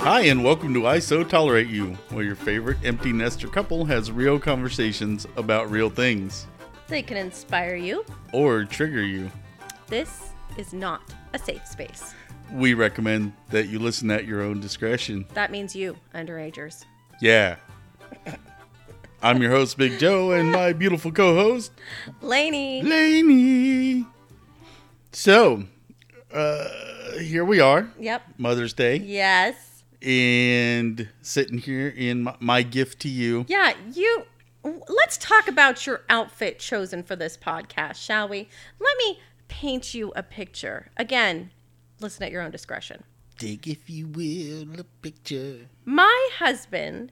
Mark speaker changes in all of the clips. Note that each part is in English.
Speaker 1: Hi, and welcome to I So Tolerate You, where your favorite empty nester couple has real conversations about real things
Speaker 2: They can inspire you.
Speaker 1: or trigger you.
Speaker 2: This is not a safe space.
Speaker 1: We recommend that you listen at your own discretion.
Speaker 2: That means you, underagers.
Speaker 1: Yeah. I'm your host, Big Joe, and my beautiful co host,
Speaker 2: Lainey.
Speaker 1: Lainey. So, uh, here we are,
Speaker 2: Yep.
Speaker 1: Mother's Day,
Speaker 2: Yes.
Speaker 1: and sitting here in my, my gift to you.
Speaker 2: Yeah, you. w- Let's talk about your outfit chosen for this podcast, shall we? Let me paint you a picture. Again, listen at your own discretion.
Speaker 1: Take, if you will, a picture.
Speaker 2: My husband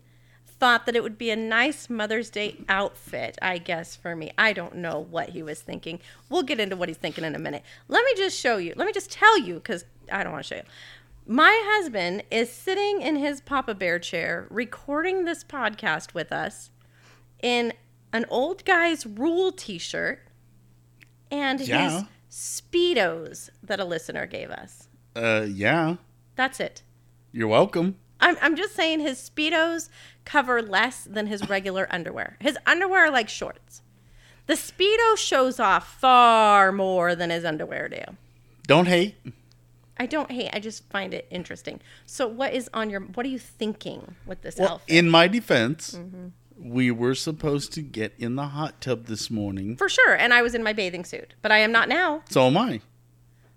Speaker 2: thought that it would be a nice Mother's Day outfit, I guess, for me. I don't know what he was thinking. We'll get into what he's thinking in a minute. Let me just show you. Let me just tell you, because I don't want to show you. My husband is sitting in his Papa Bear chair recording this podcast with us in an old guy's rule t shirt and
Speaker 1: Yeah.
Speaker 2: his Speedos that a listener gave us.
Speaker 1: Uh, yeah.
Speaker 2: That's it.
Speaker 1: You're welcome.
Speaker 2: I'm, I'm just saying his speedos cover less than his regular underwear. His underwear are like shorts. The speedo shows off far more than his underwear do.
Speaker 1: Don't hate.
Speaker 2: I don't hate. I just find it interesting. So what is on your? What are you thinking with this
Speaker 1: Well,
Speaker 2: outfit? Mm-hmm.
Speaker 1: in my defense, we were supposed to get in the hot tub this morning.
Speaker 2: For sure. And I was in my bathing suit, but I am not now.
Speaker 1: So am I.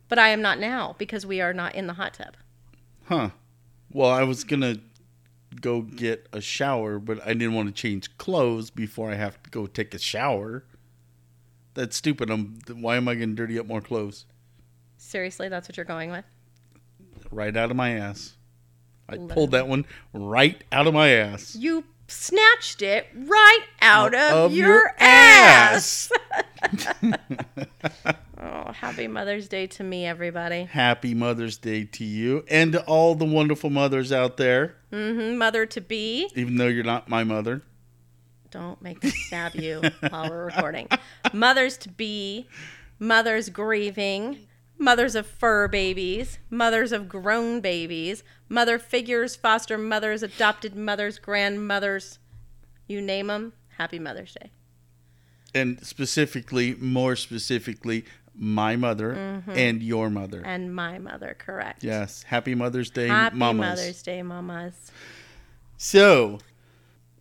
Speaker 2: But I am not now because we are not in the hot tub.
Speaker 1: Huh. Well, I was going to go get a shower, but I didn't want to change clothes before I have to go take a shower. That's stupid. I'm, why am I going to dirty up more clothes?
Speaker 2: Seriously, that's what you're going with?
Speaker 1: Right out of my ass. I
Speaker 2: Love
Speaker 1: pulled that one right out of my ass.
Speaker 2: You snatched it right out of, your, ass. Oh, happy Mother's Day to me, everybody.
Speaker 1: Happy Mother's Day to you and to all the wonderful mothers out there.
Speaker 2: hmm mother to be.
Speaker 1: even though you're not my mother.
Speaker 2: Don't make me stab you while we're recording. Mothers to be, mothers grieving, mothers of fur babies, mothers of grown babies, mother figures, foster mothers, adopted mothers, grandmothers. You name them. Happy Mother's Day.
Speaker 1: And specifically, more specifically, my mother and your mother.
Speaker 2: Mm-hmm. And my mother, correct.
Speaker 1: Yes. Happy Mother's Day,
Speaker 2: Happy
Speaker 1: mamas.
Speaker 2: Mother's Day, mamas.
Speaker 1: So,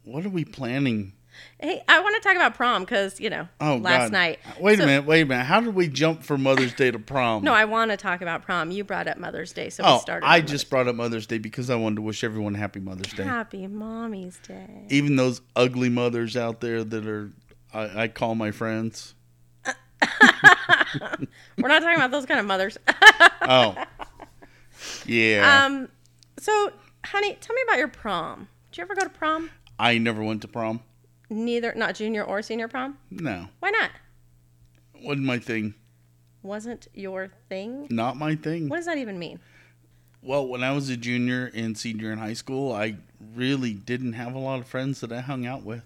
Speaker 1: what are we planning?
Speaker 2: Hey, I want to talk about prom because, you know,
Speaker 1: Oh,
Speaker 2: last
Speaker 1: God.
Speaker 2: night.
Speaker 1: Wait
Speaker 2: So-
Speaker 1: a minute. Wait a minute. How did we jump from Mother's Day to prom?
Speaker 2: No, I want to talk about prom. You brought up Mother's Day, so we
Speaker 1: Oh,
Speaker 2: started.
Speaker 1: I
Speaker 2: on
Speaker 1: just brought up Mother's Day because I wanted to wish everyone Happy Mother's Day.
Speaker 2: Mother's Day. Happy Mommy's Day.
Speaker 1: Even those ugly mothers out there that are, I, I call my friends.
Speaker 2: We're not talking about those kind of mothers.
Speaker 1: Oh. yeah.
Speaker 2: um, so, honey, tell me about your prom. Did you ever go to prom?
Speaker 1: I never went to prom.
Speaker 2: Neither, not junior or senior prom.
Speaker 1: No.
Speaker 2: Why not?
Speaker 1: Wasn't my thing.
Speaker 2: Wasn't your thing?
Speaker 1: Not my thing.
Speaker 2: What does that even mean?
Speaker 1: Well, when I was a junior and senior in high school, I really didn't have a lot of friends that I hung out with.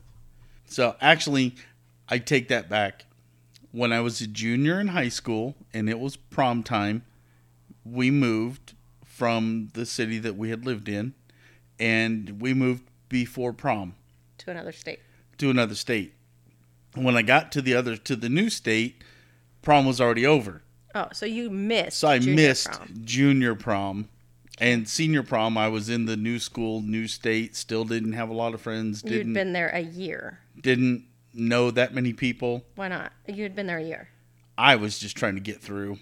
Speaker 1: So actually, I take that back. When I was a junior in high school and it was prom time, we moved from the city that we had lived in and we moved before prom
Speaker 2: To another state.
Speaker 1: to another state. When I got to the other to the new state, prom was already over.
Speaker 2: Oh, so you missed.
Speaker 1: So I
Speaker 2: junior
Speaker 1: missed
Speaker 2: prom.
Speaker 1: junior prom and senior prom. I was in the new school, new state. Still didn't have a lot of friends.
Speaker 2: You'd
Speaker 1: Didn't
Speaker 2: been there a year.
Speaker 1: didn't know that many people.
Speaker 2: Why not? You had been there a year.
Speaker 1: I was just trying to get through.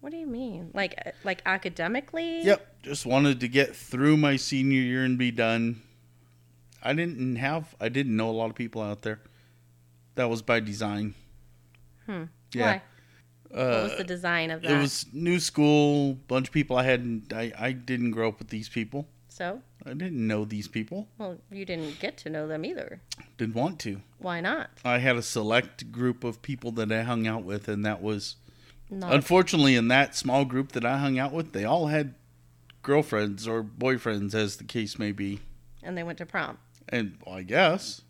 Speaker 2: What do you mean? Like, uh, like academically?
Speaker 1: Yep, just wanted to get through my senior year and be done. I didn't have. I didn't know a lot of people out there. That was by design. Hmm. Yeah. Uh,
Speaker 2: Why? what was the design of that?
Speaker 1: It was new school, bunch of people I hadn't. I, I didn't grow up with these people.
Speaker 2: so,
Speaker 1: I didn't know these people.
Speaker 2: well, you didn't get to know them either.
Speaker 1: Didn't want to.
Speaker 2: Why not?
Speaker 1: I had a select group of people that I hung out with, and that was
Speaker 2: Not
Speaker 1: unfortunately in that small group that I hung out with, they all had girlfriends or boyfriends, as the case may be.
Speaker 2: and they went to prom.
Speaker 1: And I guess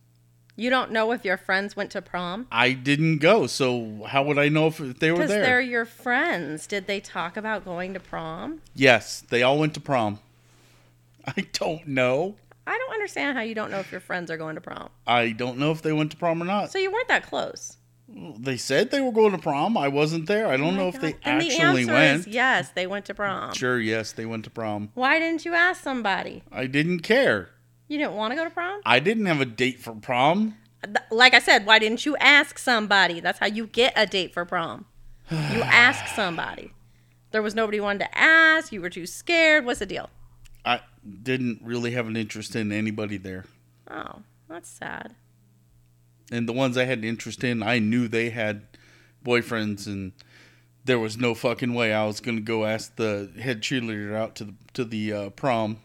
Speaker 2: You don't know if your friends went to prom
Speaker 1: I didn't go, so how would I know if they were
Speaker 2: because
Speaker 1: there?
Speaker 2: they're your friends. Did they talk about going to prom?
Speaker 1: Yes, they all went to prom. I don't know.
Speaker 2: I don't understand how you don't know if your friends are going to prom.
Speaker 1: I don't know if they went to prom or not.
Speaker 2: So you weren't that close.
Speaker 1: They said they were going to prom. I wasn't there. I don't
Speaker 2: Oh my
Speaker 1: know if
Speaker 2: God.
Speaker 1: they
Speaker 2: And the
Speaker 1: actually
Speaker 2: answer
Speaker 1: went.
Speaker 2: Is yes, they went to prom.
Speaker 1: Sure, yes, they went to prom.
Speaker 2: Why didn't you ask somebody?
Speaker 1: I didn't care.
Speaker 2: You didn't want to go to prom?
Speaker 1: I didn't have a date for prom.
Speaker 2: Th- Like I said, why didn't you ask somebody? That's how you get a date for prom. You ask somebody. There was nobody you wanted to ask. You were too scared. What's the deal?
Speaker 1: I didn't really have an interest in anybody there.
Speaker 2: Oh, that's sad.
Speaker 1: And the ones I had an interest in, I knew they had boyfriends, and there was no fucking way I was going to go ask the head cheerleader out to the to the uh, prom.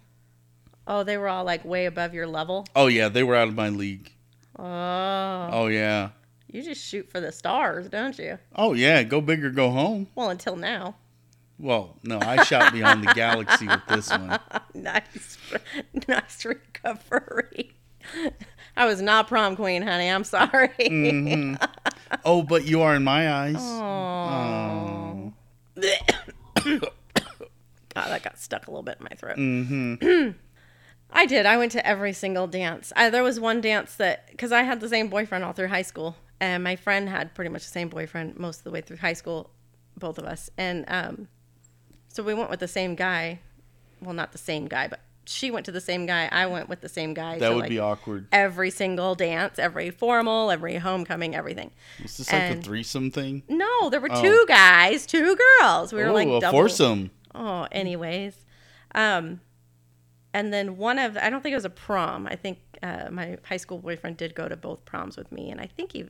Speaker 2: Oh, they were all like way above your level.
Speaker 1: Oh yeah, they were out of my league.
Speaker 2: Oh,
Speaker 1: Oh yeah,
Speaker 2: you just shoot for the stars, don't you?
Speaker 1: oh yeah. Go big or go home.
Speaker 2: Well, until now.
Speaker 1: Well, no, I shot beyond the galaxy with this one.
Speaker 2: nice, nice recovery. I was not prom queen, honey. I'm sorry.
Speaker 1: Oh, but you are in my eyes. Oh.
Speaker 2: Aw. God, that got stuck a little bit in my throat.
Speaker 1: Mm-hmm.
Speaker 2: I did. I went to every single dance. I, there was one dance that, because I had the same boyfriend all through high school, and my friend had pretty much the same boyfriend most of the way through high school, both of us. And um, so we went with the same guy. Well, not the same guy, but she went to the same guy. I went with the same guy.
Speaker 1: That
Speaker 2: to,
Speaker 1: would
Speaker 2: like,
Speaker 1: be awkward.
Speaker 2: every single dance, every formal, every homecoming, everything.
Speaker 1: Was this like a
Speaker 2: and-
Speaker 1: threesome thing?
Speaker 2: No, there were two guys, two girls. We were
Speaker 1: Oh,
Speaker 2: like
Speaker 1: a
Speaker 2: double.
Speaker 1: foursome.
Speaker 2: Oh, anyways, um, and then one of I don't think it was a prom. I think uh, my high school boyfriend did go to both proms with me, and I think he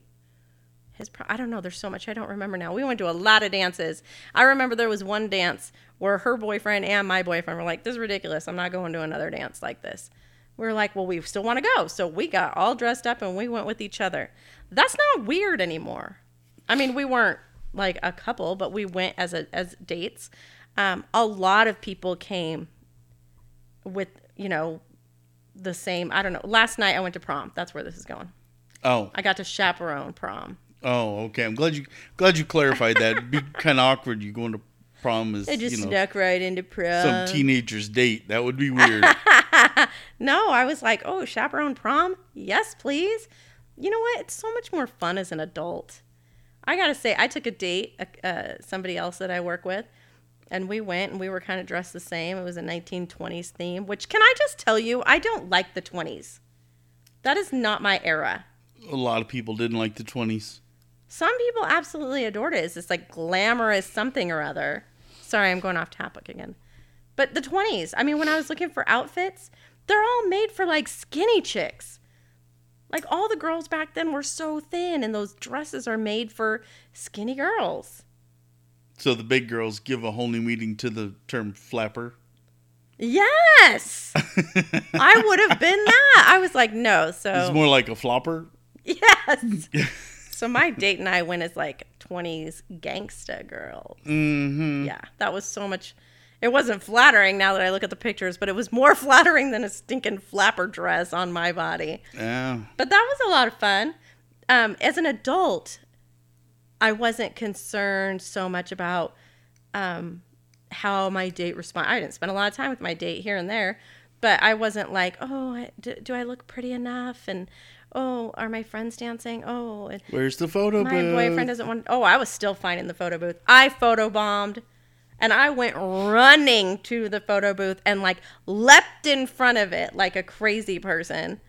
Speaker 2: his prom. I don't know. There's so much I don't remember now. We went to a lot of dances. I remember there was one dance where her boyfriend and my boyfriend were like, "This is ridiculous. I'm not going to another dance like this." We were like, "Well, we still want to go," so we got all dressed up and we went with each other. That's not weird anymore. I mean, we weren't like a couple, but we went as a as dates. Um, a lot of people came with you know the same. I don't know. Last night I went to prom. That's where this is going.
Speaker 1: Oh,
Speaker 2: I got to chaperone prom.
Speaker 1: oh, okay. I'm glad you glad you clarified that. It'd be kind of awkward. You going to prom as
Speaker 2: It just
Speaker 1: you know
Speaker 2: snuck right into prom.
Speaker 1: some teenager's date. That would be weird.
Speaker 2: no, I was like, oh, chaperone prom? Yes, please. You know what? It's so much more fun as an adult. I gotta say, I took a date, uh, uh, somebody else that I work with, and we went and we were kind of dressed the same. It was a 1920s theme, which can I just tell you, I don't like the 20s. That is not my era.
Speaker 1: a lot of people didn't like the 20s.
Speaker 2: Some people absolutely adored it. It's this like glamorous something or other. Sorry, I'm going off topic again. But the 20s, I mean, when I was looking for outfits, they're all made for like skinny chicks. Like all the girls back then were so thin, and those dresses are made for skinny girls.
Speaker 1: So the big girls give a whole new meaning to the term flapper.
Speaker 2: Yes! I would have been that. I was like, no. So,
Speaker 1: It's more like a flopper.
Speaker 2: yes. so, my date and I went as like 20s gangsta girls.
Speaker 1: Mm-hmm.
Speaker 2: yeah, that was so much. It wasn't flattering now that I look at the pictures, but it was more flattering than a stinking flapper dress on my body.
Speaker 1: Yeah.
Speaker 2: But that was a lot of fun. Um, as an adult, I wasn't concerned so much about um, how my date respond. I didn't spend a lot of time with my date here and there, but I wasn't like, oh, I- do, do I look pretty enough? And oh, are my friends dancing? Oh, and
Speaker 1: Where's the photo
Speaker 2: my
Speaker 1: booth?
Speaker 2: boyfriend doesn't want. Oh, I was still fine in the photo booth. I photo bombed, and I went running to the photo booth and like leapt in front of it like a crazy person.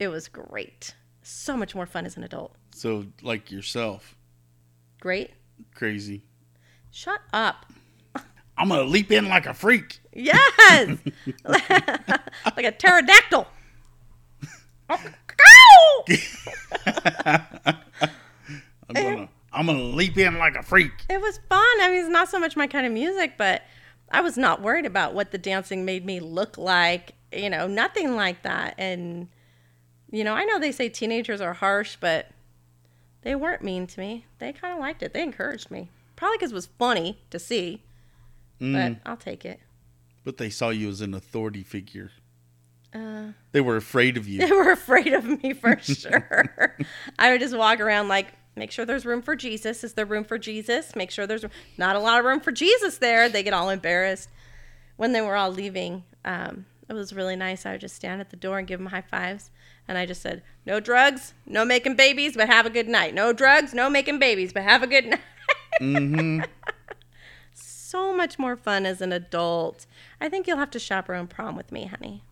Speaker 2: It was great. So much more fun as an adult.
Speaker 1: so like yourself,
Speaker 2: Great.
Speaker 1: crazy.
Speaker 2: Shut up.
Speaker 1: I'm gonna leap in like a freak.
Speaker 2: Yes. like a pterodactyl. Oh,
Speaker 1: I'm gonna I'm gonna leap in like a freak.
Speaker 2: It was fun. I mean, it's not so much my kind of music, but I was not worried about what the dancing made me look like. You know, nothing like that. And you know, I know they say teenagers are harsh, but they weren't mean to me. They kind of liked it. They encouraged me, probably because it was funny to see. But I'll take it.
Speaker 1: But they saw you as an authority figure.
Speaker 2: Uh,
Speaker 1: They were afraid of you.
Speaker 2: they were afraid of me for sure. I would just walk around like, make sure there's room for Jesus. Is there room for Jesus? Make sure there's not a lot of room for Jesus there. They get all embarrassed when they were all leaving. Um, It was really nice. I would just stand at the door and give them high fives. And I just said, No drugs, no making babies, but have a good night. No drugs, no making babies, but have a good night.
Speaker 1: Mm-hmm.
Speaker 2: So much more fun as an adult. I think you'll have to chaperone prom with me, honey.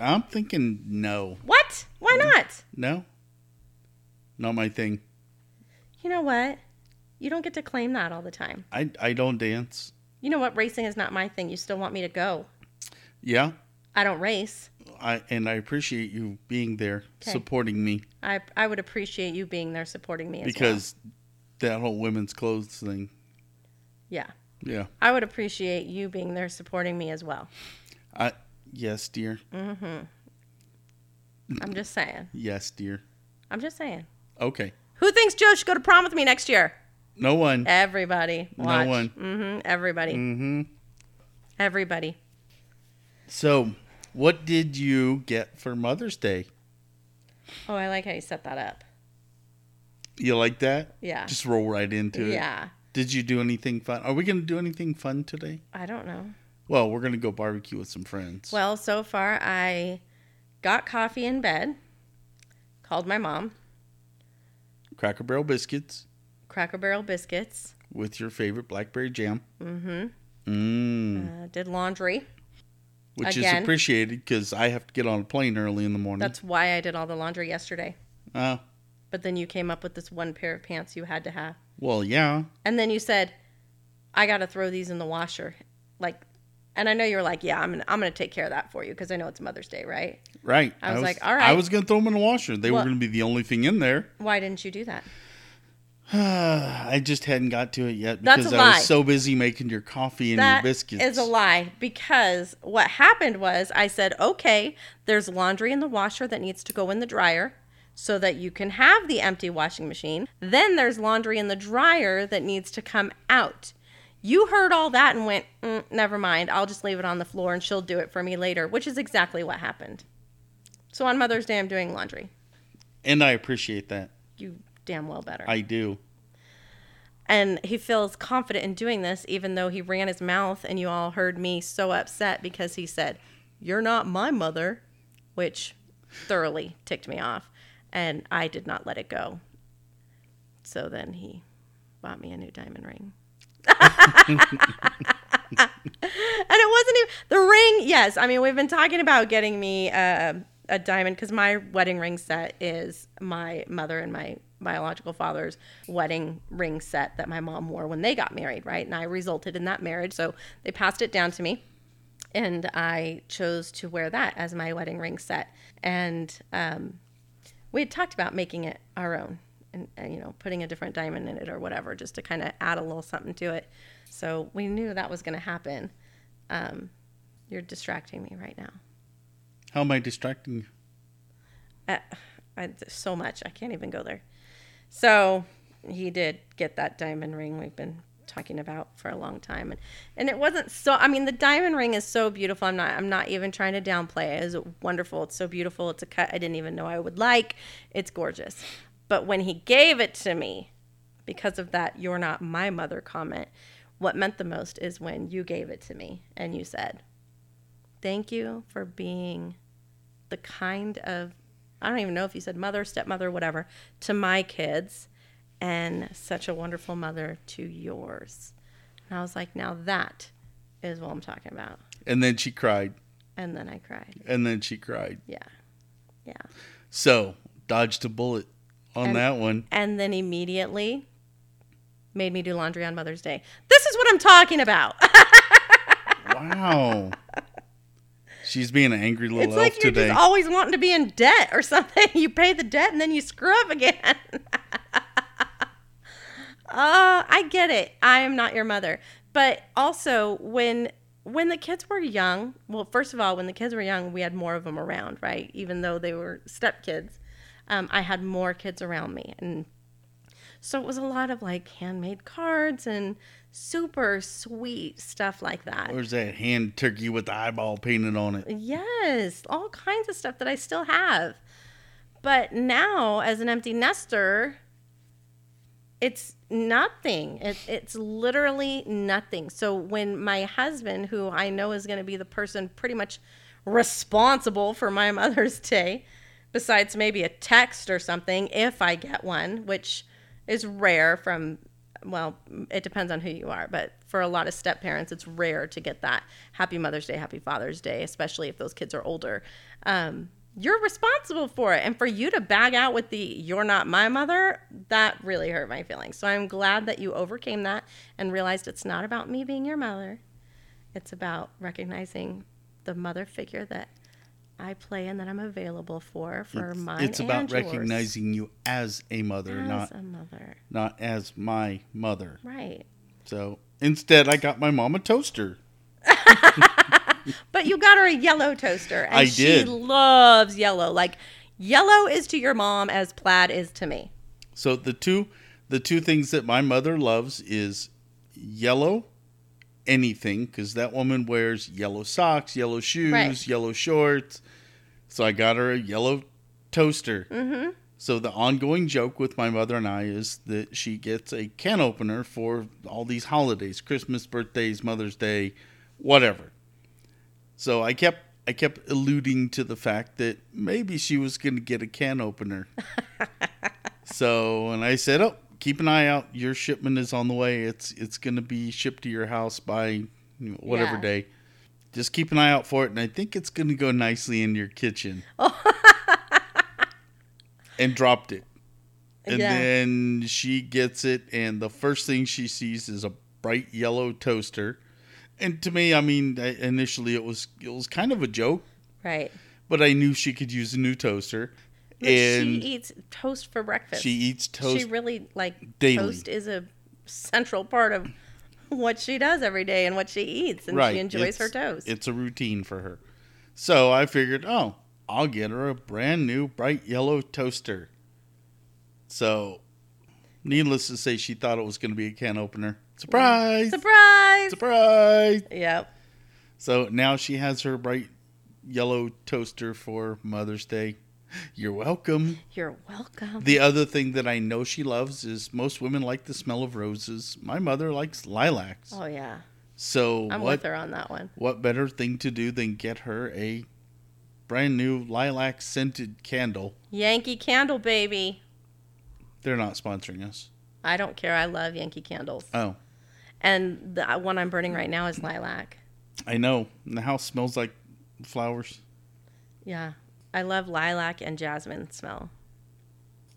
Speaker 1: I'm thinking no,
Speaker 2: What? Why not?
Speaker 1: no, not my thing.
Speaker 2: You know what? You don't get to claim that all the time.
Speaker 1: I I don't dance.
Speaker 2: You know what? Racing is not my thing. You still want me to go.
Speaker 1: Yeah,
Speaker 2: I don't race.
Speaker 1: I and I appreciate you being there,
Speaker 2: Okay.
Speaker 1: supporting me
Speaker 2: I, I would appreciate you being there supporting me as well.
Speaker 1: because that whole women's clothes thing.
Speaker 2: yeah.
Speaker 1: Yeah,
Speaker 2: I would appreciate you being there supporting me as well. Mm-hmm.
Speaker 1: I yes, dear.
Speaker 2: I'm just saying.
Speaker 1: Yes, dear.
Speaker 2: I'm just saying.
Speaker 1: Okay,
Speaker 2: Who thinks Joe should go to prom with me next year?
Speaker 1: no one.
Speaker 2: Everybody.
Speaker 1: No
Speaker 2: Watch.
Speaker 1: one.
Speaker 2: Mm-hmm. Everybody.
Speaker 1: Mm-hmm.
Speaker 2: Everybody.
Speaker 1: So, what did you get for Mother's Day?
Speaker 2: Oh, I like how you set that up.
Speaker 1: You like that?
Speaker 2: Yeah.
Speaker 1: Just roll right into it.
Speaker 2: yeah.
Speaker 1: Did you do anything fun? Are we going to do anything fun today?
Speaker 2: I don't know.
Speaker 1: Well, we're going to go barbecue with some friends.
Speaker 2: Well, so far I got coffee in bed, called my mom,
Speaker 1: Cracker Barrel biscuits
Speaker 2: Cracker Barrel biscuits,
Speaker 1: with your favorite blackberry jam.
Speaker 2: mm-hmm.
Speaker 1: Mm.
Speaker 2: uh, did laundry.
Speaker 1: Which
Speaker 2: again.
Speaker 1: is appreciated because I have to get on a plane early in the morning.
Speaker 2: That's why I did all the laundry yesterday.
Speaker 1: uh,
Speaker 2: But then you came up with this one pair of pants you had to have.
Speaker 1: well, yeah.
Speaker 2: And then you said, "I got to throw these in the washer." Like and I know you were like, "Yeah, I'm gonna, I'm going to take care of that for you because I know it's Mother's Day, right?"
Speaker 1: Right.
Speaker 2: I was like, all
Speaker 1: I
Speaker 2: right.
Speaker 1: was going to throw them in the washer. They
Speaker 2: Well-
Speaker 1: were going to be the only thing in there.
Speaker 2: Why didn't you do that?
Speaker 1: I just hadn't got to it yet
Speaker 2: That's
Speaker 1: because
Speaker 2: a
Speaker 1: I
Speaker 2: lie.
Speaker 1: was so busy making your coffee and
Speaker 2: That
Speaker 1: your biscuits.
Speaker 2: is a lie because what happened was I said, "Okay, there's laundry in the washer that needs to go in the dryer." So that you can have the empty washing machine. Then there's laundry in the dryer that needs to come out. You heard all that and went, mm, never mind. I'll just leave it on the floor and she'll do it for me later, which is exactly what happened. So on Mother's Day, I'm doing laundry.
Speaker 1: And I appreciate that.
Speaker 2: You damn well better.
Speaker 1: I do.
Speaker 2: and he feels confident in doing this, even though he ran his mouth and you all heard me so upset because he said, You're not my mother, which thoroughly ticked me off. And I did not let it go. So then he bought me a new diamond ring. and it wasn't even the ring. Yes, I mean we've been talking about getting me uh, a diamond because my wedding ring set is my mother and my biological father's wedding ring set that my mom wore when they got married, right? And I resulted in that marriage, so they passed it down to me, and I chose to wear that as my wedding ring set. And um, we had talked about making it our own. And, and you know, putting a different diamond in it or whatever, just to kind of add a little something to it. So we knew that was going to happen. You're distracting me right now.
Speaker 1: How am I distracting you?
Speaker 2: I, I, so much. I can't even go there. So he did get that diamond ring we've been talking about for a long time, and and it wasn't so. I mean, the diamond ring is so beautiful. I'm not. I'm not even trying to downplay it. It's wonderful. It's so beautiful. It's a cut I didn't even know I would like. It's gorgeous. But when he gave it to me, because of that "you're not my mother" comment, what meant the most is when you gave it to me and you said, "Thank you for being." the kind of I don't even know if you said mother, stepmother, whatever, to my kids and such a wonderful mother to yours. And I was like, now that is what I'm talking about.
Speaker 1: And then she cried.
Speaker 2: And then I cried.
Speaker 1: And then she cried.
Speaker 2: Yeah. Yeah.
Speaker 1: So dodged a bullet on
Speaker 2: And-
Speaker 1: that one.
Speaker 2: And then immediately made me do laundry on Mother's Day. This is what I'm talking about.
Speaker 1: Wow. She's being an angry little
Speaker 2: it's
Speaker 1: elf
Speaker 2: like you're
Speaker 1: today.
Speaker 2: just always wanting to be in debt or something. You pay the debt and then you screw up again. Oh, Uh, I get it. I am not your mother. But also when when the kids were young, well, first of all, when the kids were young, we had more of them around, right? Even though they were stepkids, um, I had more kids around me, and so it was a lot of like handmade cards and super sweet stuff like that.
Speaker 1: Where's that hand turkey with the eyeball painted on it?
Speaker 2: Yes, all kinds of stuff that I still have. But now, as an empty nester, it's nothing. It, it's literally nothing. So when my husband, who I know is going to be the person pretty much responsible for my Mother's Day, besides maybe a text or something if I get one, which is rare from, well, it depends on who you are, but for a lot of step parents, it's rare to get that Happy Mother's Day, Happy Father's Day, especially if those kids are older. Um, you're responsible for it. And for you to bag out with the you're not my mother, that really hurt my feelings. So I'm glad that you overcame that and realized it's not about me being your mother. It's about recognizing the mother figure that I play and that I'm available for for
Speaker 1: It's-
Speaker 2: mine.
Speaker 1: it's about
Speaker 2: and yours
Speaker 1: recognizing you as a mother,
Speaker 2: as
Speaker 1: not
Speaker 2: a mother.
Speaker 1: not as my mother.
Speaker 2: Right.
Speaker 1: So instead, I got my mom a toaster.
Speaker 2: But you got her a yellow toaster, and
Speaker 1: I
Speaker 2: she
Speaker 1: did.
Speaker 2: loves yellow. Like yellow is to your mom as plaid is to me.
Speaker 1: So the two the two things that my mother loves is yellow anything cuz that woman wears yellow socks, yellow shoes,
Speaker 2: Right.
Speaker 1: yellow shorts. So I got her a yellow toaster.
Speaker 2: Mhm.
Speaker 1: So the ongoing joke with my mother and I is that she gets a can opener for all these holidays, Christmas, birthdays, Mother's Day, whatever. So I kept I kept alluding to the fact that maybe she was going to get a can opener. So, and I said, "Oh, keep an eye out. Your shipment is on the way. It's it's going to be shipped to your house by you know, whatever
Speaker 2: Yeah.
Speaker 1: day. Just keep an eye out for it, and I think it's going to go nicely in your kitchen." and dropped it. And
Speaker 2: Yeah.
Speaker 1: then she gets it, and the first thing she sees is a bright yellow toaster. And to me, I mean, I- initially it was it was kind of a joke,
Speaker 2: Right.
Speaker 1: but I knew she could use a new toaster.
Speaker 2: But
Speaker 1: and
Speaker 2: she eats toast for breakfast.
Speaker 1: she eats toast
Speaker 2: She really like
Speaker 1: daily.
Speaker 2: toast is a central part of what she does every day and what she eats, and she enjoys
Speaker 1: It's-
Speaker 2: her toast.
Speaker 1: It's a routine for her. So I figured, oh, I'll get her a brand new bright yellow toaster. So, needless to say, she thought it was going to be a can opener. Surprise!
Speaker 2: Surprise!
Speaker 1: Surprise!
Speaker 2: Yep.
Speaker 1: So now she has her bright yellow toaster for Mother's Day. You're welcome.
Speaker 2: You're welcome.
Speaker 1: The other thing that I know she loves is most women like the smell of roses. My mother likes lilacs.
Speaker 2: oh yeah,
Speaker 1: So
Speaker 2: I'm
Speaker 1: what
Speaker 2: with her on that one.
Speaker 1: what better thing to do than get her a brand new lilac scented candle?
Speaker 2: Yankee Candle, baby.
Speaker 1: They're not sponsoring us.
Speaker 2: I don't care. I love Yankee candles,
Speaker 1: Oh,
Speaker 2: and the uh, one I'm burning right now is lilac.
Speaker 1: I know. And the house smells like flowers,
Speaker 2: Yeah, I love lilac and jasmine smell.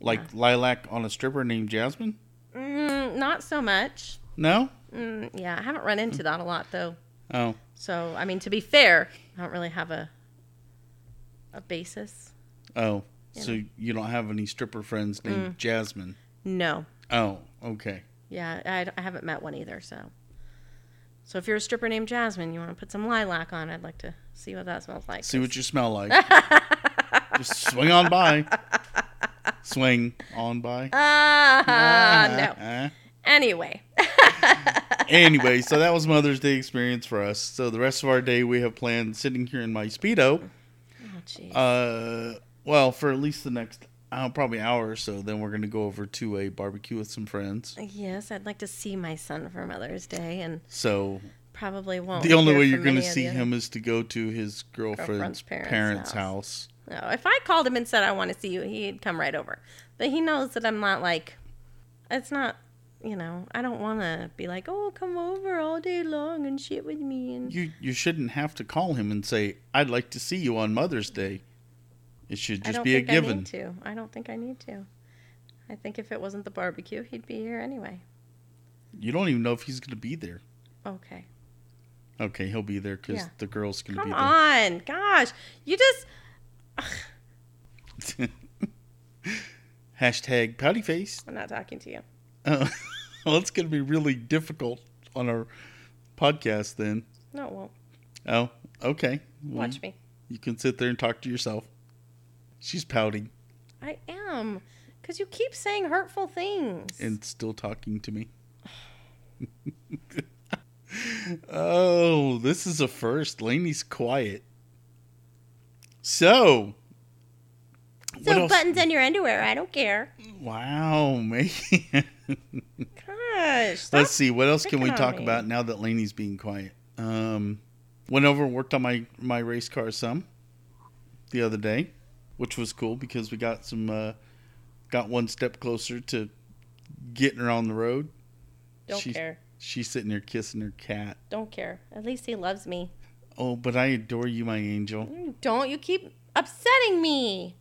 Speaker 1: like lilac on a stripper named Jasmine.
Speaker 2: Mm, not so much.
Speaker 1: No?
Speaker 2: Mm, yeah, I haven't run
Speaker 1: Hmm.
Speaker 2: into that a lot though.
Speaker 1: Oh,
Speaker 2: So, I mean, to be fair, I don't really have a a basis.
Speaker 1: oh. So you don't have any stripper friends
Speaker 2: Mm.
Speaker 1: named Jasmine?
Speaker 2: No.
Speaker 1: Oh, okay.
Speaker 2: Yeah, I, I haven't met one either, so. So if you're a stripper named Jasmine, you want to put some lilac on, I'd like to see what that smells like.
Speaker 1: See what you smell like. Just swing on by. Swing on by.
Speaker 2: Ah, no.
Speaker 1: Ah.
Speaker 2: Anyway,
Speaker 1: anyway, so that was Mother's Day experience for us. So the rest of our day we have planned sitting here in my speedo.
Speaker 2: oh jeez.
Speaker 1: Uh, well, for at least the next uh, probably hour or so. Then we're gonna go over to a barbecue with some friends.
Speaker 2: yes, I'd like to see my son for Mother's Day, and
Speaker 1: So
Speaker 2: probably won't.
Speaker 1: the only
Speaker 2: hear
Speaker 1: way
Speaker 2: from
Speaker 1: you're gonna
Speaker 2: many of
Speaker 1: see
Speaker 2: the other-
Speaker 1: him is to go to his girlfriend's,
Speaker 2: Girlfriend's
Speaker 1: parents',
Speaker 2: parents'
Speaker 1: house.
Speaker 2: No, if I called him and said I want to see you, he'd come right over. But he knows that I'm not like, it's not, you know, I don't want to be like, oh, come over all day long and shit with me. And
Speaker 1: You you shouldn't have to call him and say I'd like to see you on Mother's Day. It should
Speaker 2: I
Speaker 1: just
Speaker 2: don't
Speaker 1: be a
Speaker 2: think I
Speaker 1: given.
Speaker 2: need to. I don't think I need to. I think if it wasn't the barbecue, he'd be here anyway.
Speaker 1: You don't even know if he's gonna be there.
Speaker 2: Okay.
Speaker 1: Okay, he'll be there because
Speaker 2: Yeah.
Speaker 1: the girl's gonna
Speaker 2: Come
Speaker 1: be
Speaker 2: on. Gosh. You just,
Speaker 1: there. Hashtag pouty face.
Speaker 2: I'm not talking to you.
Speaker 1: Oh, well, it's going to be really difficult on our podcast then.
Speaker 2: No, it won't.
Speaker 1: Oh, okay. Well,
Speaker 2: Watch me.
Speaker 1: You can sit there and talk to yourself. She's pouting
Speaker 2: I am. Because you keep saying hurtful things.
Speaker 1: and still talking to me. oh, this is a first. Laney's quiet. So, what
Speaker 2: so
Speaker 1: else?
Speaker 2: buttons in your underwear. I don't care.
Speaker 1: wow, man.
Speaker 2: Gosh. Stop
Speaker 1: Let's see. What else can
Speaker 2: picking
Speaker 1: we
Speaker 2: on
Speaker 1: talk
Speaker 2: me.
Speaker 1: about now that Laney's being quiet? Um, Went over and worked on my my race car some the other day, which was cool because we got some uh, got one step closer to getting her on the road.
Speaker 2: Don't
Speaker 1: She's-
Speaker 2: care.
Speaker 1: She's sitting there kissing her cat.
Speaker 2: Don't care. At least he loves me.
Speaker 1: Oh, but I adore you, my angel.
Speaker 2: You Don't you keep upsetting me?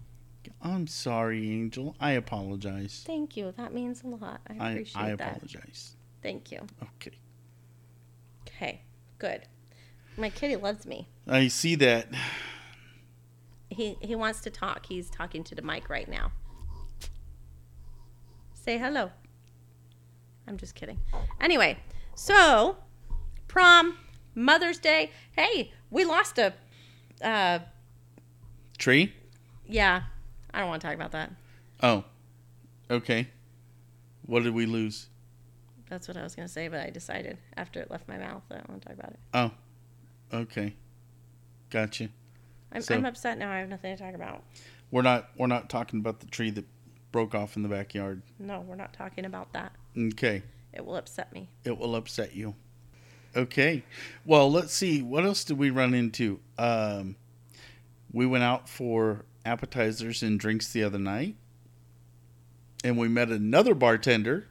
Speaker 1: I'm sorry, angel. I apologize.
Speaker 2: Thank you. That means a lot. I
Speaker 1: I
Speaker 2: appreciate
Speaker 1: I
Speaker 2: that.
Speaker 1: apologize.
Speaker 2: Thank you.
Speaker 1: Okay.
Speaker 2: Okay. Good. My kitty loves me.
Speaker 1: I see that.
Speaker 2: He he wants to talk. He's talking to the mic right now. Say hello. I'm just kidding. Anyway, so prom, Mother's Day. Hey, we lost a uh
Speaker 1: Tree?
Speaker 2: yeah. I don't want to talk about that.
Speaker 1: Oh. Okay. What did we lose?
Speaker 2: That's what I was going to say, but I decided after it left my mouth that I don't want to talk about it.
Speaker 1: Oh. Okay. Gotcha.
Speaker 2: I'm,
Speaker 1: So-
Speaker 2: I'm upset now. I have nothing to talk about.
Speaker 1: We're not we're not talking about the tree that broke off in the backyard.
Speaker 2: No, we're not talking about that.
Speaker 1: Okay.
Speaker 2: It will upset me.
Speaker 1: It will upset you. Okay. Well, let's see. What else did we run into? Um we went out for appetizers and drinks the other night. And we met another bartender,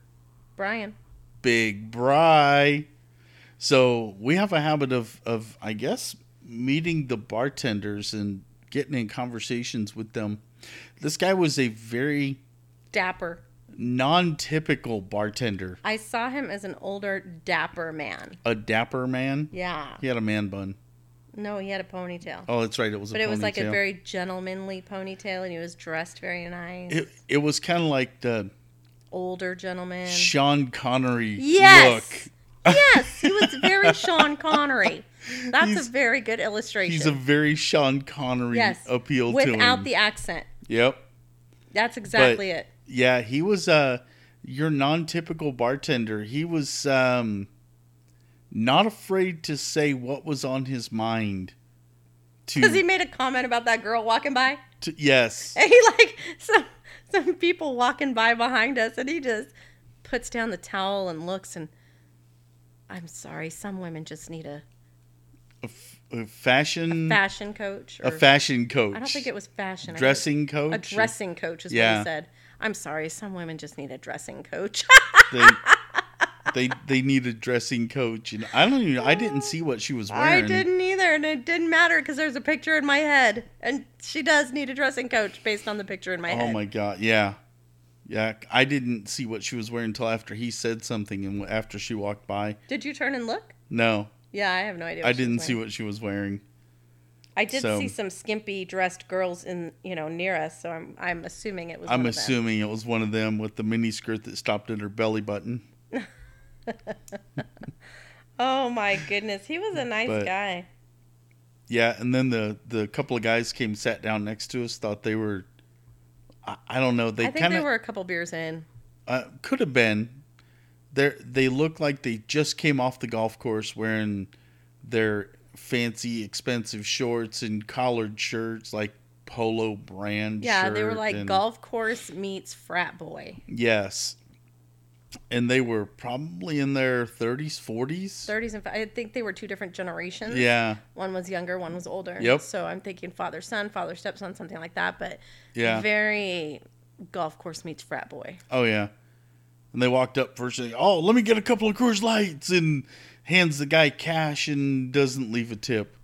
Speaker 2: Brian,
Speaker 1: Big Bry. So we have a habit of of I guess meeting the bartenders and getting in conversations with them. This guy was a very
Speaker 2: dapper.
Speaker 1: non-typical bartender,
Speaker 2: I saw him as an older, dapper man.
Speaker 1: a dapper man.
Speaker 2: Yeah.
Speaker 1: He had a man bun.
Speaker 2: No, he had a ponytail.
Speaker 1: Oh, that's right. It was a
Speaker 2: but it was like a
Speaker 1: ponytail.
Speaker 2: very gentlemanly ponytail, and he was dressed very nice.
Speaker 1: it, it was kind of like the
Speaker 2: Older gentleman.
Speaker 1: Sean Connery
Speaker 2: yes.
Speaker 1: look.
Speaker 2: yes. He was very Sean Connery. That's
Speaker 1: He's-
Speaker 2: a very good illustration.
Speaker 1: He's a very Sean Connery
Speaker 2: yes.
Speaker 1: appeal to him.
Speaker 2: Without the accent.
Speaker 1: yep.
Speaker 2: That's exactly it.
Speaker 1: Yeah, he was uh your non-typical bartender. He was um not afraid to say what was on his mind. To,
Speaker 2: Because he made a comment about that girl walking by.
Speaker 1: to- yes,
Speaker 2: And he like some some people walking by behind us, and he just puts down the towel and looks and. I'm sorry. Some women just need a
Speaker 1: a, f- a fashion Mm. a,
Speaker 2: fashion coach. Or,
Speaker 1: fashion coach.
Speaker 2: I don't think it was fashion. I think
Speaker 1: dressing
Speaker 2: it was
Speaker 1: coach.
Speaker 2: A dressing coach is what
Speaker 1: Yeah.
Speaker 2: he said. I'm sorry. Some women just need a dressing coach.
Speaker 1: They, they they need a dressing coach, and I don't even. I didn't see what she was
Speaker 2: I
Speaker 1: wearing.
Speaker 2: didn't either, and it didn't matter because there's a picture in my head, and she does need a dressing coach based on the picture in my
Speaker 1: Oh
Speaker 2: head.
Speaker 1: my god! Yeah, yeah. I didn't see what she was wearing until after he said something, and after she walked by.
Speaker 2: Did you turn and look?
Speaker 1: No,
Speaker 2: Yeah, I have no idea.
Speaker 1: I
Speaker 2: what she was
Speaker 1: didn't see
Speaker 2: wearing.
Speaker 1: what she was wearing.
Speaker 2: I did
Speaker 1: So-
Speaker 2: see some skimpy dressed girls in you know near us, so I'm I'm assuming it was.
Speaker 1: I'm
Speaker 2: one of them.
Speaker 1: assuming it was one of them with the mini skirt that stopped at her belly button.
Speaker 2: Oh my goodness, he was a nice
Speaker 1: But-
Speaker 2: guy.
Speaker 1: Yeah, and then the the couple of guys came sat down next to us. Thought they were, I, I don't know. They
Speaker 2: I think
Speaker 1: kind
Speaker 2: they
Speaker 1: of
Speaker 2: were a couple beers in.
Speaker 1: uh, could have been. They they look like they just came off the golf course wearing their fancy expensive shorts and collared shirts like polo brand.
Speaker 2: Yeah, they were
Speaker 1: shirt
Speaker 2: like
Speaker 1: and-
Speaker 2: golf course meets frat boy.
Speaker 1: Yes, and they were probably in their thirties, forties.
Speaker 2: 30s and fi- I think they were two different generations.
Speaker 1: Yeah,
Speaker 2: One was younger, one was older.
Speaker 1: Yep.
Speaker 2: So I'm thinking father son, father stepson, something like that. But
Speaker 1: yeah.
Speaker 2: very golf course meets frat boy.
Speaker 1: Oh yeah. And they walked up first thing, oh, let me get a couple of Coors Lights and hands the guy cash and doesn't leave a tip.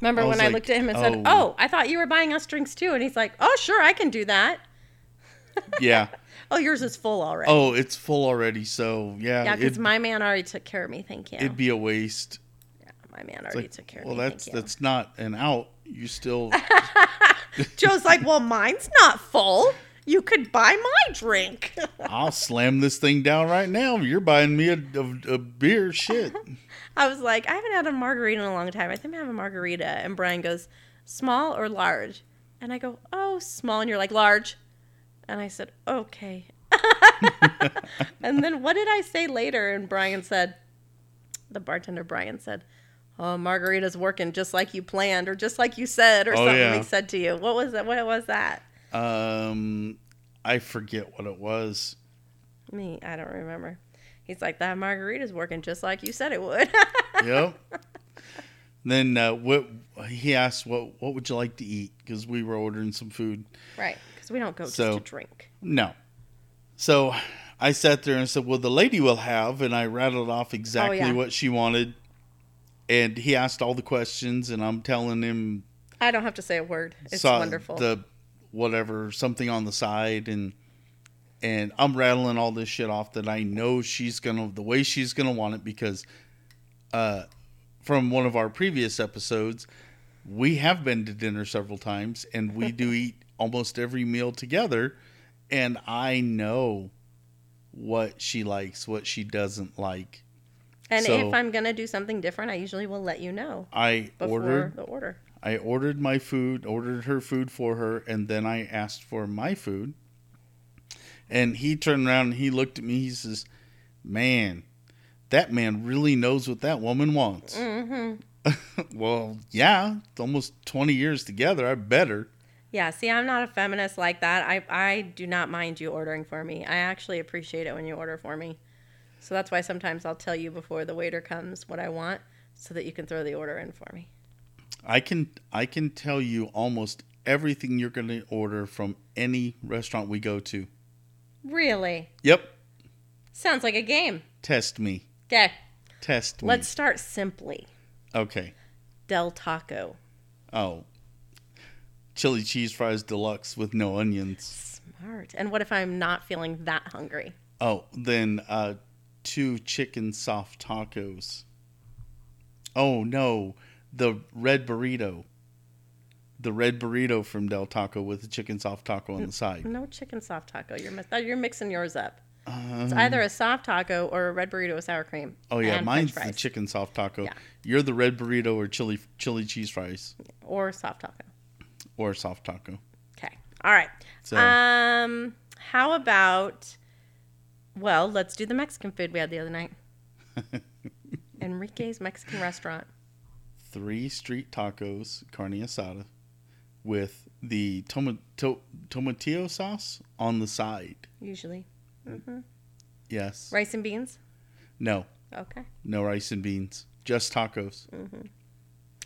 Speaker 2: Remember
Speaker 1: I
Speaker 2: when
Speaker 1: was
Speaker 2: I
Speaker 1: like,
Speaker 2: looked at him and
Speaker 1: "Oh."
Speaker 2: said, "Oh, I thought you were buying us drinks too," and he's like, "Oh, sure, I can do that."
Speaker 1: Yeah.
Speaker 2: Oh, yours is full already.
Speaker 1: oh, it's full already, so yeah,
Speaker 2: yeah, because
Speaker 1: it,
Speaker 2: my man already took care of me. Thank you.
Speaker 1: it'd be a waste.
Speaker 2: my man
Speaker 1: It's
Speaker 2: already
Speaker 1: like,
Speaker 2: took care of
Speaker 1: well
Speaker 2: me.
Speaker 1: that's
Speaker 2: thank you.
Speaker 1: that's not an out. You still
Speaker 2: Joe's like, well, mine's not full. You could buy my drink.
Speaker 1: I'll slam this thing down right now. You're buying me a, a, a beer shit.
Speaker 2: I was like, I haven't had a margarita in a long time. I think I have a margarita. And Brian goes, small or large? And I go, oh, small. And you're like, large. And I said, okay. and then what did I say later? And Brian said, the bartender Brian said, oh, margarita's working just like you planned or just like you said or
Speaker 1: Oh,
Speaker 2: something
Speaker 1: yeah.
Speaker 2: he said to you. What was that? What was that?
Speaker 1: Um I forget what it was.
Speaker 2: Me, I don't remember. He's like, that margarita's working just like you said it would.
Speaker 1: Yep. Then uh, what he asked, what what would you like to eat? Because we were ordering some food.
Speaker 2: Right. Because we don't go just
Speaker 1: So-
Speaker 2: to drink.
Speaker 1: No. So I sat there and said, Well, the lady will have. And I rattled off exactly
Speaker 2: Oh, yeah.
Speaker 1: what she wanted. And he asked all the questions, and I'm telling him
Speaker 2: I don't have to say a word. It's
Speaker 1: saw
Speaker 2: wonderful.
Speaker 1: the whatever, something on the side. And and I'm rattling all this shit off that I know she's going to, the way she's going to want it, because uh, from one of our previous episodes, we have been to dinner several times and we do eat almost every meal together and i know what she likes what she doesn't like
Speaker 2: and
Speaker 1: so-
Speaker 2: if I'm going to do something different, I usually will let you know
Speaker 1: i
Speaker 2: before
Speaker 1: ordered
Speaker 2: the order.
Speaker 1: i ordered my food ordered her food for her and then i asked for my food and he turned around and he looked at me he says man that man really knows what that woman wants
Speaker 2: hmm
Speaker 1: well yeah it's almost 20 years together i better
Speaker 2: Yeah, see, I'm not a feminist like that. I, I do not mind you ordering for me. I actually appreciate it when you order for me. So that's why sometimes I'll tell you before the waiter comes what I want so that you can throw the order in for me.
Speaker 1: I can I can tell you almost everything you're going to order from any restaurant we go to.
Speaker 2: Really?
Speaker 1: Yep,
Speaker 2: Sounds like a game.
Speaker 1: test me.
Speaker 2: Okay,
Speaker 1: Test me.
Speaker 2: let's start simply.
Speaker 1: okay.
Speaker 2: Del Taco.
Speaker 1: Oh. Chili cheese fries deluxe with no onions.
Speaker 2: Smart. And what if I'm not feeling that hungry?
Speaker 1: Oh, then uh two chicken soft tacos. Oh no, the red burrito. The red burrito from Del Taco with the chicken soft taco on the side.
Speaker 2: No chicken soft taco. You're mis- uh, you're mixing yours up.
Speaker 1: Um,
Speaker 2: It's either a soft taco or a red burrito with sour cream.
Speaker 1: Oh yeah,
Speaker 2: and
Speaker 1: mine's
Speaker 2: French
Speaker 1: the
Speaker 2: fries.
Speaker 1: chicken soft taco.
Speaker 2: Yeah.
Speaker 1: You're the red burrito or chili chili cheese fries
Speaker 2: or soft taco.
Speaker 1: or soft taco.
Speaker 2: Okay. All right.
Speaker 1: So
Speaker 2: Um, how about? Well, let's do the Mexican food we had the other night. Enrique's Mexican restaurant.
Speaker 1: three street tacos, carne asada, with the toma, to, tomatillo sauce on the side.
Speaker 2: Usually
Speaker 1: Yes.
Speaker 2: rice and beans.
Speaker 1: No,
Speaker 2: Okay.
Speaker 1: no rice and beans, just tacos,
Speaker 2: Mm-hmm.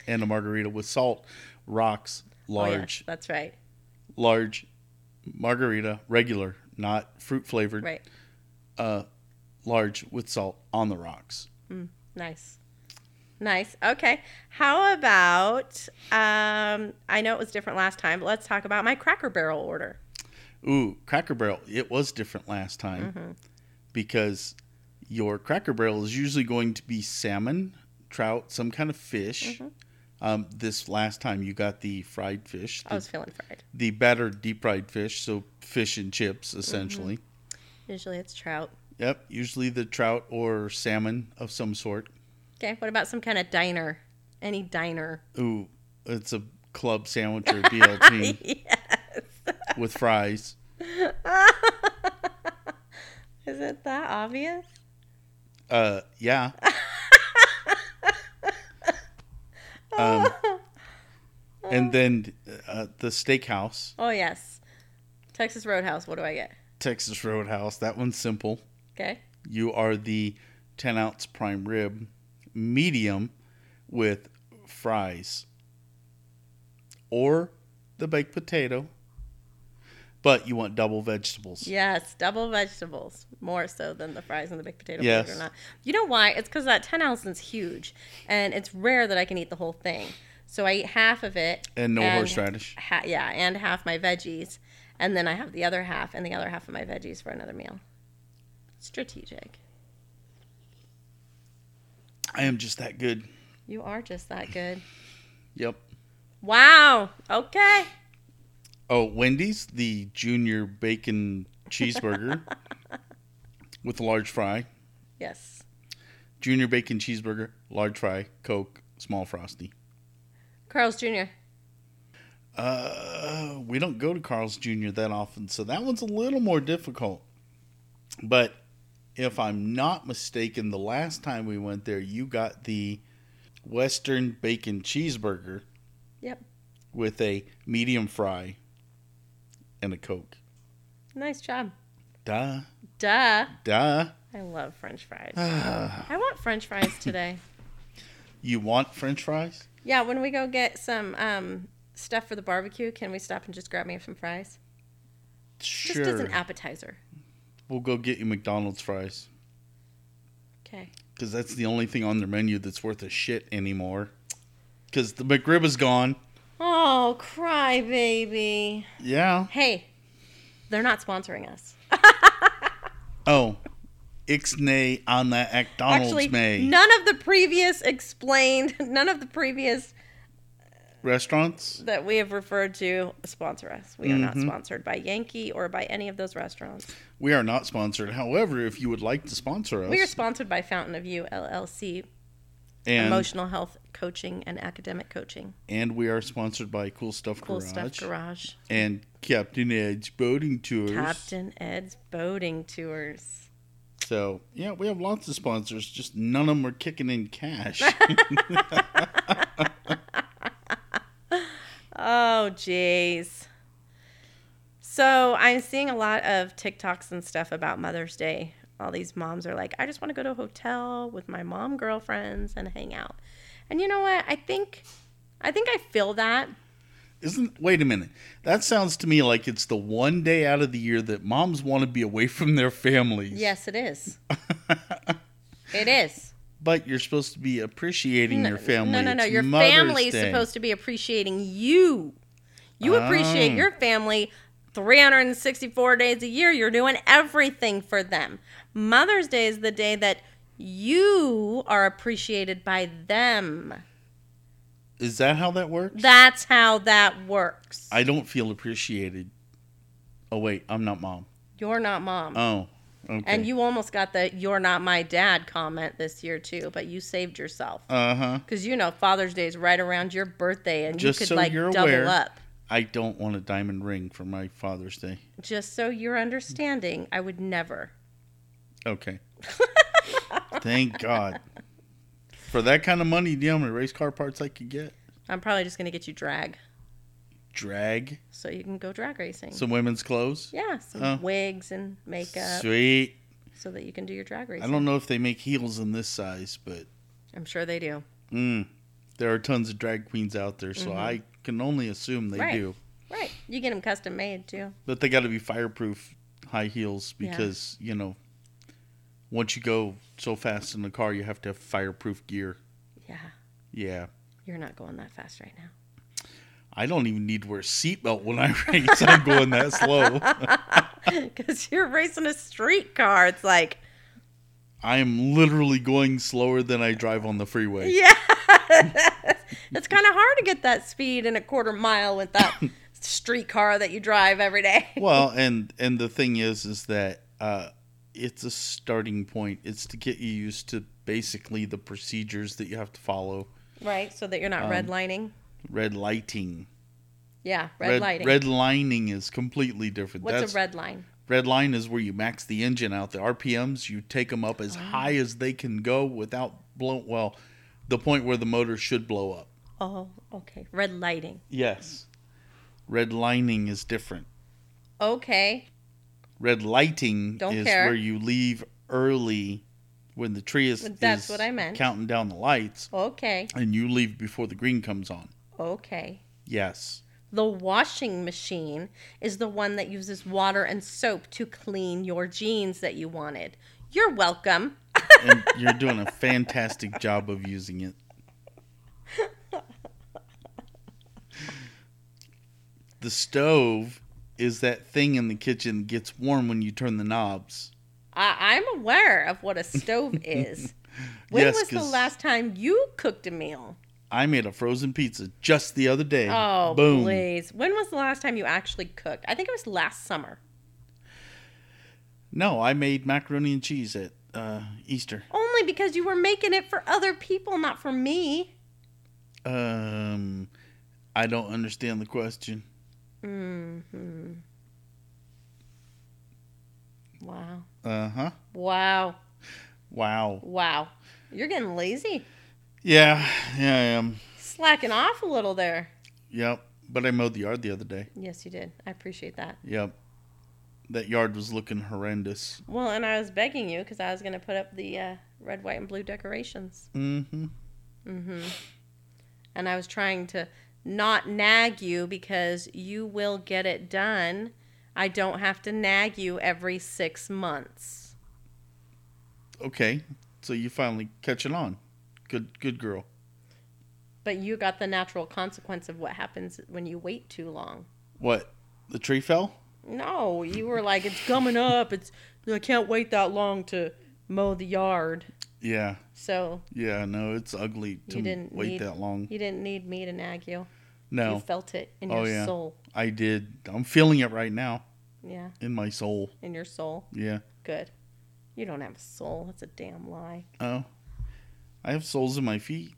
Speaker 1: and a margarita with salt, rocks,
Speaker 2: Oh, yes,
Speaker 1: large,
Speaker 2: that's right.
Speaker 1: large margarita, regular, not fruit flavored,
Speaker 2: Right.
Speaker 1: uh, large with salt on the rocks.
Speaker 2: Nice. Nice. Okay. How about um I know it was different last time, but let's talk about my cracker barrel order.
Speaker 1: Ooh, Cracker Barrel. It was different last time
Speaker 2: Mm-hmm.
Speaker 1: because your Cracker Barrel is usually going to be salmon, trout, some kind of fish.
Speaker 2: Mm-hmm.
Speaker 1: Um, this last time you got the fried fish, the,
Speaker 2: I was feeling fried.
Speaker 1: the battered deep fried fish, so fish and chips
Speaker 2: Mm-hmm.
Speaker 1: essentially.
Speaker 2: Usually it's trout.
Speaker 1: Yep, usually the trout or salmon of some sort.
Speaker 2: Okay, what about some kind of diner? Any diner.
Speaker 1: Ooh, it's a club sandwich or BLT
Speaker 2: yes.
Speaker 1: with fries.
Speaker 2: Is it that obvious?
Speaker 1: Uh, yeah. um, and then uh, the steakhouse,
Speaker 2: Oh yes. Texas Roadhouse, what do I get?
Speaker 1: Texas Roadhouse. That one's simple.
Speaker 2: Okay.
Speaker 1: You are the 10 ounce prime rib, medium, with fries, or the baked potato. But you want double vegetables.
Speaker 2: Yes, double vegetables, more so than the fries and the baked potato.
Speaker 1: Yes.
Speaker 2: Yes. Or not. You know why? It's because that 10 ounce is huge, and it's rare that I can eat the whole thing. So I eat half of it.
Speaker 1: And no horseradish.
Speaker 2: Ha- yeah, and half my veggies. And then I have the other half and the other half of my veggies for another meal. Strategic.
Speaker 1: I am just that good.
Speaker 2: You are just that good.
Speaker 1: Yep.
Speaker 2: Wow. Okay.
Speaker 1: Oh, Wendy's, the junior bacon cheeseburger with large fry.
Speaker 2: Yes.
Speaker 1: Junior bacon cheeseburger, large fry, Coke, small frosty.
Speaker 2: Carl's Jr.
Speaker 1: Uh, we don't go to Carl's Jr. that often, so that one's a little more difficult. But if I'm not mistaken, the last time we went there, you got the Western bacon cheeseburger
Speaker 2: Yep.
Speaker 1: with a medium fry and a Coke.
Speaker 2: Nice job.
Speaker 1: Duh,
Speaker 2: Duh.
Speaker 1: duh.
Speaker 2: I love french fries. I want french fries today.
Speaker 1: You want French fries?
Speaker 2: Yeah, when we go get some um, stuff for the barbecue, can we stop and just grab me some fries?
Speaker 1: Sure.
Speaker 2: Just as an appetizer.
Speaker 1: we'll go get you McDonald's fries
Speaker 2: Okay.
Speaker 1: because that's the only thing on their menu that's worth a shit anymore. Because the McRib is gone.
Speaker 2: Oh, cry baby.
Speaker 1: Yeah.
Speaker 2: Hey, they're not sponsoring us.
Speaker 1: Oh, ixnay on that McDonald's
Speaker 2: Actually,
Speaker 1: may
Speaker 2: none of the previous explained, none of the previous
Speaker 1: restaurants.
Speaker 2: that we have referred to sponsor us. We are not sponsored by Yankee or by any of those restaurants.
Speaker 1: We are not sponsored. However, if you would like to sponsor us,
Speaker 2: We are sponsored by Fountain of You LLC,
Speaker 1: and
Speaker 2: emotional health coaching and academic coaching.
Speaker 1: and we are sponsored by Cool Stuff
Speaker 2: Cool
Speaker 1: Garage
Speaker 2: stuff garage.
Speaker 1: and Captain Edge Boating Tours.
Speaker 2: Captain Ed's boating tours.
Speaker 1: So yeah, we have lots of sponsors. Just none of them are kicking in cash.
Speaker 2: Oh, jeez. So I'm seeing a lot of TikToks and stuff about Mother's Day. All these moms are like, I just want to go to a hotel with my mom girlfriends and hang out. And you know what? I think, I think I feel that.
Speaker 1: Isn't wait a minute. That sounds to me like it's the one day out of the year that moms want to be away from their families.
Speaker 2: Yes, it is. it is.
Speaker 1: But you're supposed to be appreciating your family.
Speaker 2: No, no, no.
Speaker 1: It's
Speaker 2: Your
Speaker 1: Mother's
Speaker 2: family is
Speaker 1: Day.
Speaker 2: supposed to be appreciating you. You appreciate
Speaker 1: Oh.
Speaker 2: your family 364 days a year. You're doing everything for them. Mother's Day is the day that you are appreciated by them.
Speaker 1: Is that how that works?
Speaker 2: That's how that works.
Speaker 1: I don't feel appreciated. Oh wait, I'm not mom.
Speaker 2: you're not mom.
Speaker 1: Oh, okay.
Speaker 2: and you almost got the you're not my dad comment this year too, but you saved yourself.
Speaker 1: Uh huh.
Speaker 2: Because you know Father's Day is right around your birthday and
Speaker 1: Just
Speaker 2: you could
Speaker 1: so
Speaker 2: like
Speaker 1: you're
Speaker 2: double
Speaker 1: aware.
Speaker 2: up.
Speaker 1: I don't want a diamond ring for my Father's Day.
Speaker 2: Just so you're understanding, I would never.
Speaker 1: Okay. Thank God. For that kind of money, do you know how many race car parts I could get?
Speaker 2: I'm probably just going to get you drag
Speaker 1: Drag
Speaker 2: so you can go drag racing.
Speaker 1: some women's clothes.
Speaker 2: yeah, some
Speaker 1: Oh.
Speaker 2: wigs and makeup
Speaker 1: Sweet.
Speaker 2: so that you can do your drag
Speaker 1: I
Speaker 2: racing.
Speaker 1: don't know if they make heels in this size, but
Speaker 2: I'm sure they do.
Speaker 1: mm, there are tons of drag queens out there, so I can only assume they
Speaker 2: Mm-hmm. Right.
Speaker 1: do.
Speaker 2: Right. You get them custom made too.
Speaker 1: But they got to be fireproof high heels
Speaker 2: Yeah.
Speaker 1: because, you know, once you go so fast in the car, you have to have fireproof gear.
Speaker 2: Yeah.
Speaker 1: Yeah.
Speaker 2: You're not going that fast right now.
Speaker 1: I don't even need to wear a seatbelt when I race. I'm going that slow.
Speaker 2: Because you're racing a street car. It's like,
Speaker 1: I am literally going slower than I drive on the freeway.
Speaker 2: yeah. it's kind of hard to get that speed in a quarter mile with that street car that you drive every day.
Speaker 1: well and and the thing is is that uh it's a starting point it's to get you used to basically the procedures that you have to follow
Speaker 2: Right. So that you're
Speaker 1: Um,
Speaker 2: not redlining.
Speaker 1: red lighting
Speaker 2: Yeah. Red, lighting.
Speaker 1: red lining is completely different
Speaker 2: What's
Speaker 1: that's
Speaker 2: a red line?
Speaker 1: red line is where you max the engine out the rpms you take them up as high as they can go without blow well the point where the motor should blow up
Speaker 2: Oh, okay. Red lighting.
Speaker 1: yes red lining is different
Speaker 2: Okay.
Speaker 1: Red lighting
Speaker 2: Don't
Speaker 1: is
Speaker 2: care.
Speaker 1: where you leave early when the tree is,
Speaker 2: That's
Speaker 1: is
Speaker 2: what I meant.
Speaker 1: counting down the lights
Speaker 2: Okay.
Speaker 1: and you leave before the green comes on.
Speaker 2: Okay.
Speaker 1: Yes.
Speaker 2: The washing machine is the one that uses water and soap to clean your jeans that you wanted. You're welcome.
Speaker 1: And you're doing a fantastic job of using it. The stove is that thing in the kitchen that gets warm when you turn the knobs.
Speaker 2: I- I'm aware of what a stove is. When
Speaker 1: Yes,
Speaker 2: was the
Speaker 1: 'cause-
Speaker 2: last time you cooked a meal?
Speaker 1: I made a frozen pizza just the other day.
Speaker 2: Oh,
Speaker 1: Boom.
Speaker 2: please. When was the last time you actually cooked? I think it was last summer.
Speaker 1: No, I made macaroni and cheese at uh, Easter.
Speaker 2: Only because you were making it for other people, not for me.
Speaker 1: Um, I don't understand the question.
Speaker 2: Mm-hmm. Wow.
Speaker 1: Uh huh.
Speaker 2: Wow.
Speaker 1: Wow.
Speaker 2: Wow. You're getting lazy.
Speaker 1: Yeah, yeah, I am.
Speaker 2: Slacking off a little there.
Speaker 1: Yep. But I mowed the yard the other day.
Speaker 2: Yes, you did. I appreciate that.
Speaker 1: Yep. That yard was looking horrendous.
Speaker 2: Well, and I was begging you because I was going to put up the uh, red, white, and blue decorations.
Speaker 1: Mm hmm.
Speaker 2: and I was trying to not nag you because you will get it done. I don't have to nag you every six months.
Speaker 1: Okay, so you finally catch it on. Good, good girl.
Speaker 2: But you got the natural consequence of what happens when you wait too long.
Speaker 1: What? The tree fell?
Speaker 2: No, you were like, it's coming up. It's I can't wait that long to mow the yard.
Speaker 1: Yeah,
Speaker 2: So
Speaker 1: yeah. No, it's ugly to
Speaker 2: You didn't
Speaker 1: wait
Speaker 2: need-
Speaker 1: that long.
Speaker 2: you didn't need me to nag you. You
Speaker 1: No,
Speaker 2: felt it in
Speaker 1: Oh,
Speaker 2: your
Speaker 1: yeah.
Speaker 2: soul.
Speaker 1: I did. I'm feeling it right now
Speaker 2: Yeah,
Speaker 1: in my soul.
Speaker 2: in your soul.
Speaker 1: Yeah.
Speaker 2: Good. You don't have a soul. That's a damn lie.
Speaker 1: Oh, I have soles in my feet.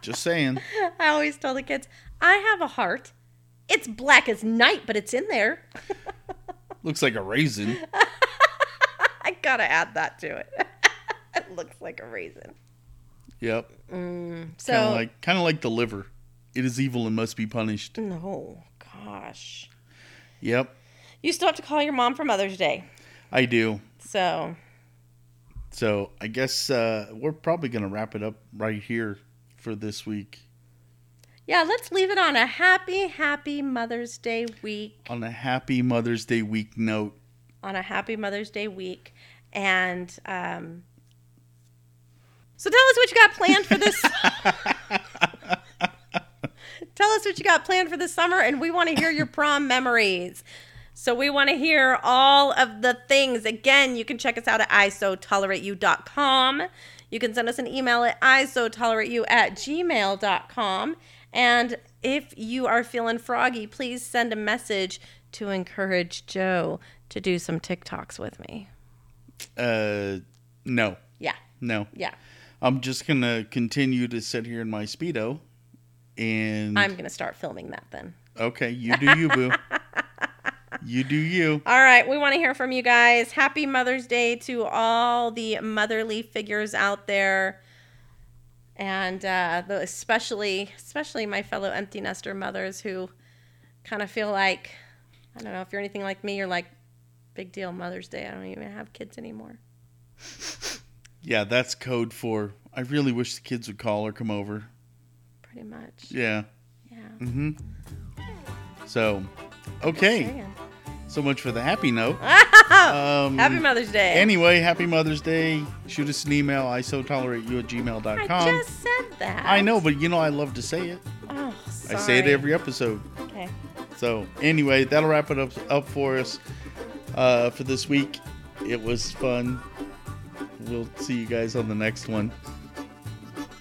Speaker 1: Just saying.
Speaker 2: I always tell the kids, I have a heart. It's black as night, but it's in there.
Speaker 1: Looks like a raisin.
Speaker 2: I gotta add that to it. it looks like a raisin. Mm,
Speaker 1: Yep.
Speaker 2: So
Speaker 1: Kind of like kind of like the liver. It is evil and must be punished.
Speaker 2: no, gosh,
Speaker 1: Yep.
Speaker 2: you still have to call your mom for Mother's Day.
Speaker 1: I do.
Speaker 2: So
Speaker 1: So I guess uh, we're probably gonna wrap it up right here for this week
Speaker 2: yeah, let's leave it on a happy, happy Mother's Day week.
Speaker 1: on a happy Mother's Day week note.
Speaker 2: On a happy Mother's Day week, and um, so tell us what you got planned for this. tell us what you got planned for the summer, and we want to hear your prom memories. So we want to hear all of the things. Again, you can check us out at isotolerateyou.com. You can send us an email at isotolerateyou at gmail.com. And if you are feeling froggy, please send a message to encourage Joe to do some TikToks with me.
Speaker 1: Uh, no,
Speaker 2: Yeah,
Speaker 1: no.
Speaker 2: yeah.
Speaker 1: I'm just gonna continue to sit here in my speedo, and
Speaker 2: I'm going to start filming that then.
Speaker 1: okay. You do you, boo. you do you.
Speaker 2: All right, we want to hear from you guys. Happy Mother's Day to all the motherly figures out there, and uh, the, especially especially my fellow empty nester mothers who kind of feel like I don't know if you're anything like me, you're like big deal Mother's Day. I don't even have kids anymore.
Speaker 1: Yeah, that's code for. I really wish the kids would call or come over.
Speaker 2: Pretty much,
Speaker 1: Yeah.
Speaker 2: yeah.
Speaker 1: Mm-hmm. So, okay.
Speaker 2: Man.
Speaker 1: So much for the happy note. Um,
Speaker 2: Happy Mother's Day.
Speaker 1: Anyway, happy Mother's Day. Shoot us an email, isotolerateyou at gmail.com.
Speaker 2: I just said that.
Speaker 1: I know, but you know I love to say it.
Speaker 2: Oh,
Speaker 1: I say it
Speaker 2: sorry.
Speaker 1: every episode.
Speaker 2: Okay.
Speaker 1: So, anyway, that'll wrap it up, up for us uh, for this week. It was fun. We'll see you guys on the next one.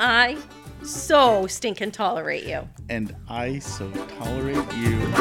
Speaker 2: I so stinking tolerate you.
Speaker 1: And I so tolerate you.